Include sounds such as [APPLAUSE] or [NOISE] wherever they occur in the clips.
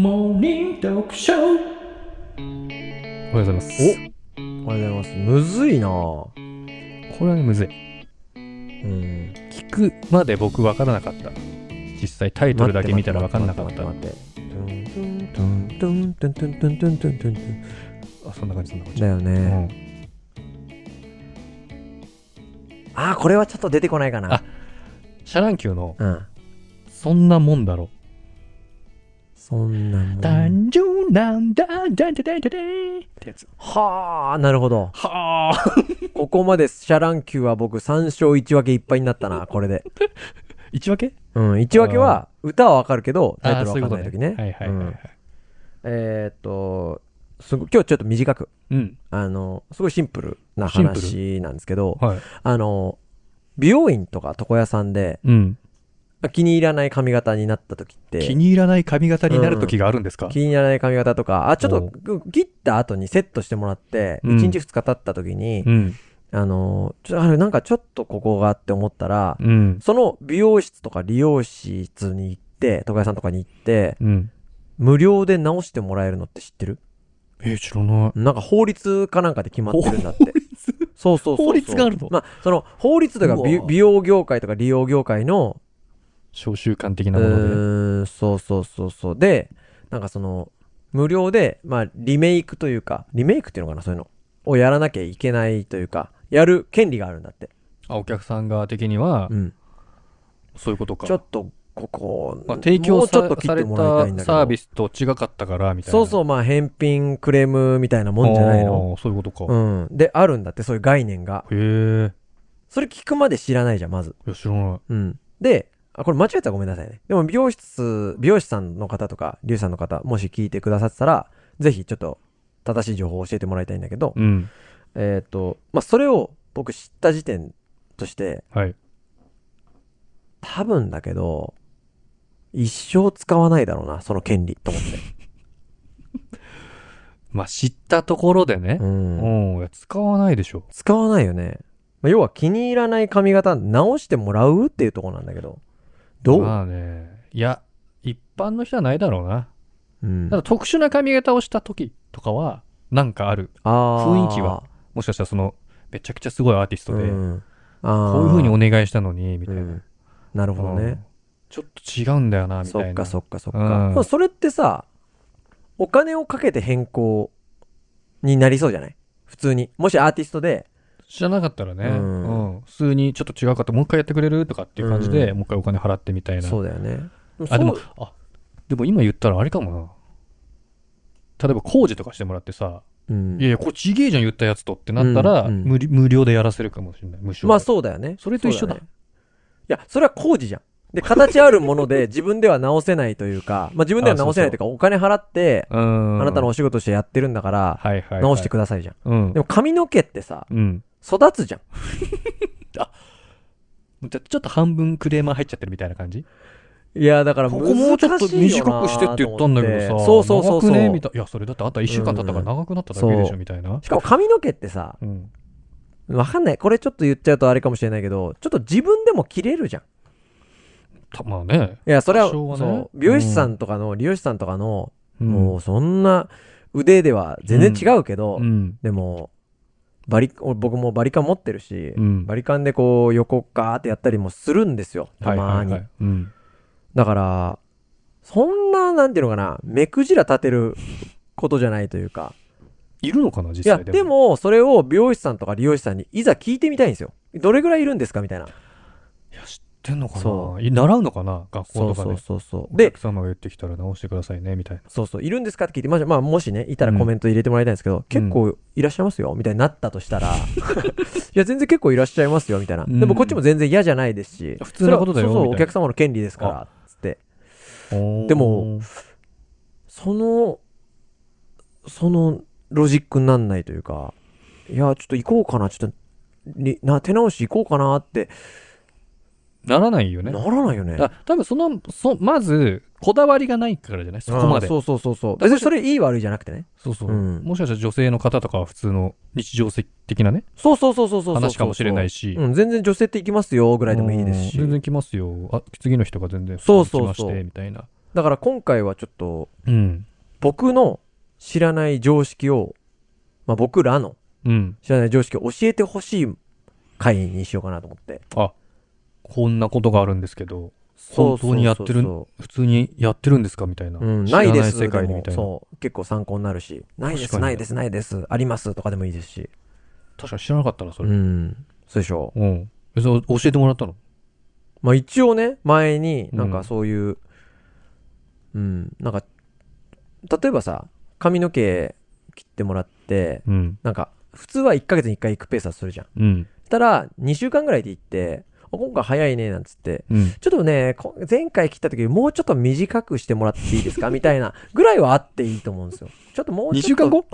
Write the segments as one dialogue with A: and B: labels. A: モーニング読書
B: おはようございます。
C: おはようございます。むずいなぁ
B: これはね、むずい。
C: うん。
B: 聞くまで僕分からなかった。実際タイトルだけ見たら分かんなかった。
C: 待
B: あ、
C: って待ってトゥントゥントゥントゥントゥントゥントゥントゥントゥントゥントゥン
B: そんな感じ、そんな感じ。
C: だよね。あー、これはちょっと出てこないか
B: あ
C: な。
B: うんシャランキューの、
C: うん。
B: そんなもんだろ。
C: そんなもん。
B: 単純なんだ、だんだだだだってやつ。
C: はあ、なるほど。
B: はあ。
C: ここまでシャランキューは僕3勝1分けいっぱいになったな、これで。
B: 一分け
C: うん、1分けは歌はわかるけど、タイトル
B: あー
C: わかんない時ね。
B: はいはいうはいは
C: ん
B: い。
C: えーっと、すご今日ちょっと短く。
B: うん。
C: あの、すごいシンプルな
B: シンプル
C: 話なんですけど、
B: はい。
C: あの、美容院とか床屋さんで
B: うん。
C: 気に入らない髪型になった時って、
B: 気に入らない髪型になる時があるんですか
C: 気に入らない髪型とか、あ、ちょっ
B: お
C: と切った後にセットしてもらって、
B: うん
C: 1日2日経った時に、
B: うん。
C: あの、ちょっとあれなんかちょっとここがって思ったら、
B: うん。
C: その美容室とか理容室に行って、床屋さんとかに行って、
B: うん。
C: 無料で直してもらえるのって知ってる
B: えー、知らない。
C: なんか法律かなんかで決まってるんだって。そうそうそうそう。
B: 法律があるの
C: まあ、その法律とか美
B: うわ
C: 美容業界とか利用業界の、
B: 召集感的
C: う
B: なもので。
C: ーん、そうそうそうそう。で、なんかその、無料で、まあ、リメイクというか、リメイクっていうのかな、そういうの。をやらなきゃいけないというか、やる権利があるんだって。
B: あ、お客さん側的には
C: う、ん。
B: そういうことか。
C: ちょっと、ここ、
B: まあ、提供さ
C: もうちょっと切
B: さ
C: って
B: れ
C: もらいたい
B: た
C: んだけど。
B: サービスと違かったからみたいな。
C: そうそう、まあ、返品クレームみたいなもんじゃないの。
B: あーそういうことか。
C: うん。で、あるんだって、そういう概念が。
B: へえ。
C: それ聞くまで知らないじゃん、まず。
B: いや、知らない。
C: うん。で、あ、これ間違えたらごめんなさいね。でも美容室、美容師さんの方とか、リュウさんの方、もし聞いてくださってたら、ぜひちょっと正しい情報を教えてもらいたいんだけど、
B: うん。
C: えっ、と、まあ、それを僕知った時点として、
B: はい。
C: 多分だけど、一生使わないだろうな、その権利、と思って。
B: まあ、知ったところでね
C: う。ん。
B: うん。いや使わないでしょ。
C: 使わないよね。まあ、要は気に入らない髪型直してもらうっていうところなんだけど、どう、
B: まあね。いや、一般の人はないだろうな。
C: うん
B: ただ特殊な髪型をした時とかは、なんかある。
C: あー
B: 雰囲気はもしかしたらその、めちゃくちゃすごいアーティストで、
C: うん、あー
B: こういう風にお願いしたのに、みたいな。
C: うんなるほどね。
B: うんちょっと違うんだよな、みたいな。
C: そっかそっかそっか。
B: うん
C: まあそれってさ、お金をかけて変更になりそうじゃない普通に。もしアーティストで、
B: 知らなかったらね、う
C: うんん
B: 普通にちょっと違うかともう一回やってくれるとかっていう感じで、
C: う
B: もう一回お金払ってみたいな
C: そうだよね。
B: あでも
C: そう
B: あでも今言ったらあれかもな例えば工事とかしてもらってさ、
C: うん
B: いやいやこれちげえじゃん言ったやつとってなったら、
C: うんうん
B: 無理無料でやらせるかもしれない無償で
C: まあそうだよね。
B: それと一緒だ
C: そうよねいや、それは工事じゃん。で、形あるもので
B: [LAUGHS]
C: 自分では直せないというか、まあ自分では直せないというか、お金払って、
B: う
C: あ
B: ん
C: なたのお仕事としてやってるんだから、
B: はいはいはい、
C: 直してく
B: だ
C: ださいじゃん。
B: うん
C: でも髪の毛ってさ、
B: うん
C: 育つじゃん。
B: じゃあちょっと半分クレーマー入っちゃってるみたいな感じ
C: いや、だから
B: こ
C: 難
B: こ
C: しいよな
B: もうちょっと短くしてって言ったんだけど
C: と
B: さ
C: 思ってそうそうそうそう。
B: 長くねみたいないやそれだってあんた1週間経ったから長くなっただけでし
C: そ
B: ょ
C: う
B: みたいな
C: しかも髪の毛ってさ、
B: うん
C: わかんない。これちょっと言っちゃうとあれかもしれないけど、ちょっと自分でも切れるじゃん。
B: たまあね
C: いや、それは、
B: 多少はね
C: そう、美容師さんとかの、理容師さんとかの、
B: うん
C: もうそんな腕では全然違うけど、
B: うん
C: でも、バリ、俺僕もバリカン持ってるし、
B: うん
C: バリカンでこう横ガーってやったりもするんですよ、たまに。
B: はいはいはいうん
C: だから、そんな、なんていうのかな、目くじら立てることじゃないというか。
B: いるのかな実
C: いや、
B: 際
C: でも、それを美容師さんとか理容師さんにいざ聞いてみたいんですよ。どれぐらいいるんですかみたいな。
B: いや知ってんのか
C: そ
B: ない習うのかな学
C: そ
B: 校
C: う
B: とか
C: そう
B: で
C: そうそう。
B: でお
C: で
B: 客、様が言ってきたら直してくださいねみたいな
C: そうそう、いるんですかって聞いて、まあ、まあ、もしね、いたらコメント入れてもらいたいんですけど、結構いらっしゃいますよみたいになったと [LAUGHS] したら、いや、全然結構いらっしゃいますよみたいな。
B: うん
C: でもこっちも全然嫌じゃないですし、
B: 普通のことだよ
C: それはそうそ
B: み
C: う、お
B: たいな
C: 客様の権利ですから、つって。
B: で
C: でもその、そのロジックになんないというか、いや、ちょっと行こうかな、ちょっと、にな手直し行こうかなって
B: ならないよね
C: ならないよね。
B: あ多分そのそまずこだわりがないからじゃないそこまで
C: あーそうそうそうそう。別にそれいい悪いじゃなくてね。
B: そうそう
C: うん
B: もしかしたら女性の方とかは普通の日常的なね
C: そうそうそうそうそうそう。
B: 話かもしれないし
C: うん、全然女性って行きますよぐらいでもいいですし。
B: うん全然来ますよあ次の人が全然
C: そうそう
B: 来まし
C: そう
B: てみたいな
C: だから今回はちょっと、
B: うん。
C: 僕の知らない常識を、まあ僕らの
B: うん。
C: 知らない常識を教えてほしい回にしようかなと思って。
B: こんなことがあるんですけど、本当にやってる
C: そう
B: 普通にやってるんですかみたいな。
C: そうそううん、ないで
B: 知
C: す
B: らない世界でみ
C: で
B: たいな。
C: もそう。結構参考になるし、ないで
B: 確か
C: す、
B: に
C: ないです、ないです、ありますとかでもいいですし。
B: 確かに知らなかったな、そうれ。
C: ん。そうでしょう。
B: うん。えそう教えてもらったの
C: まあ一応ね、前になん
B: う
C: か
B: ん
C: そういう、うん、なんか、例えばさ、髪の毛切ってもらって、
B: うん。
C: なんか、普通は1ヶ月に1回行くペースはするじゃん。
B: うん。
C: したら、2週間ぐらいで行って、あ今回早いね、なんつって、
B: うん。
C: ちょっとね、こ前回切った時よりもうちょっと短くしてもらっていいですかみた
B: [LAUGHS]
C: いなぐらいはあっていいと思うんですよ。ちょっともうちょっと。
B: 後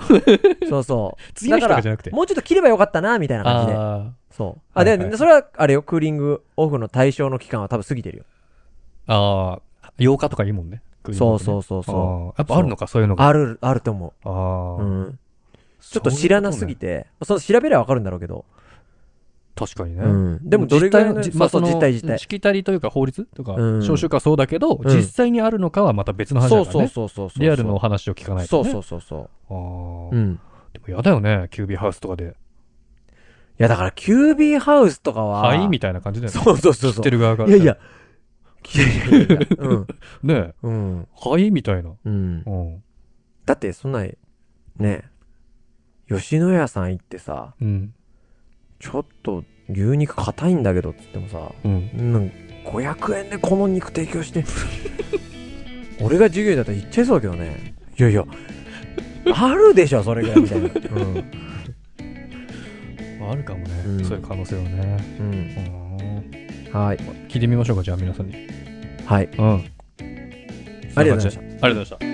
C: そうそう。
B: 次の日とかじゃなくて
C: だらもうちょっと切ればよかったな、みたいな感じで。
B: あ
C: そう。あ、
B: はいはい
C: で、それは、あれよ、クーリングオフの対象の期間は多分過ぎてるよ。
B: あ。ああ。8日とかいいもんね。
C: そうそううそうそう。
B: そう。やっぱあるのか、そういうのが。あ
C: ある、あると思
B: あ
C: う。
B: ー。
C: うん。ちょっと知らなすぎ
B: て。
C: て、そう調べりゃわかるんだろうけど。
B: 確かにね。
C: うん。でも、どれぐらいの、
B: 実態
C: そうそう、
B: の
C: 実態実
B: うん
C: 態。
B: しきたりというか法律とか、
C: うん
B: 召集かそうだけど、
C: うん
B: 実際にあるのかはまた別の話だか
C: そ
B: ら
C: う
B: ね。
C: そうそうそうそう。
B: リアルのお話を聞かないと、
C: そう
B: ね。
C: そううそうそう。
B: そうああ。
C: ん。
B: でも嫌だよね、キュービーハウスとかで。
C: いや、だから、キュービーハウスとかは、
B: はいみたいな感じだよね。
C: そうそうそう
B: 知
C: そ
B: っ
C: う
B: て。る側から。
C: いやい。や、いやいやいやいや、うん、
B: ねえ
C: うん、
B: はいみたいな。
C: うん
B: う。ん。
C: だって、そんな、ね、吉野家さん行ってさ、
B: うん。
C: ちょっと牛肉硬いんだけどって言ってもさ、
B: うん。
C: なん500円でこの肉提供して、 [LAUGHS] 俺が授業員だったら言っちゃいそうだけどね。いやいや、あるでしょ、それぐらいみたいな。うん、
B: あるかもね、
C: うん
B: そういう可能性はね。
C: うん。
B: うん。
C: はい。
B: 聞いてみましょうか、じゃあ皆さんに。
C: はい。
B: うん。
C: ありがとうございました
B: そんな感じでありがとうございました。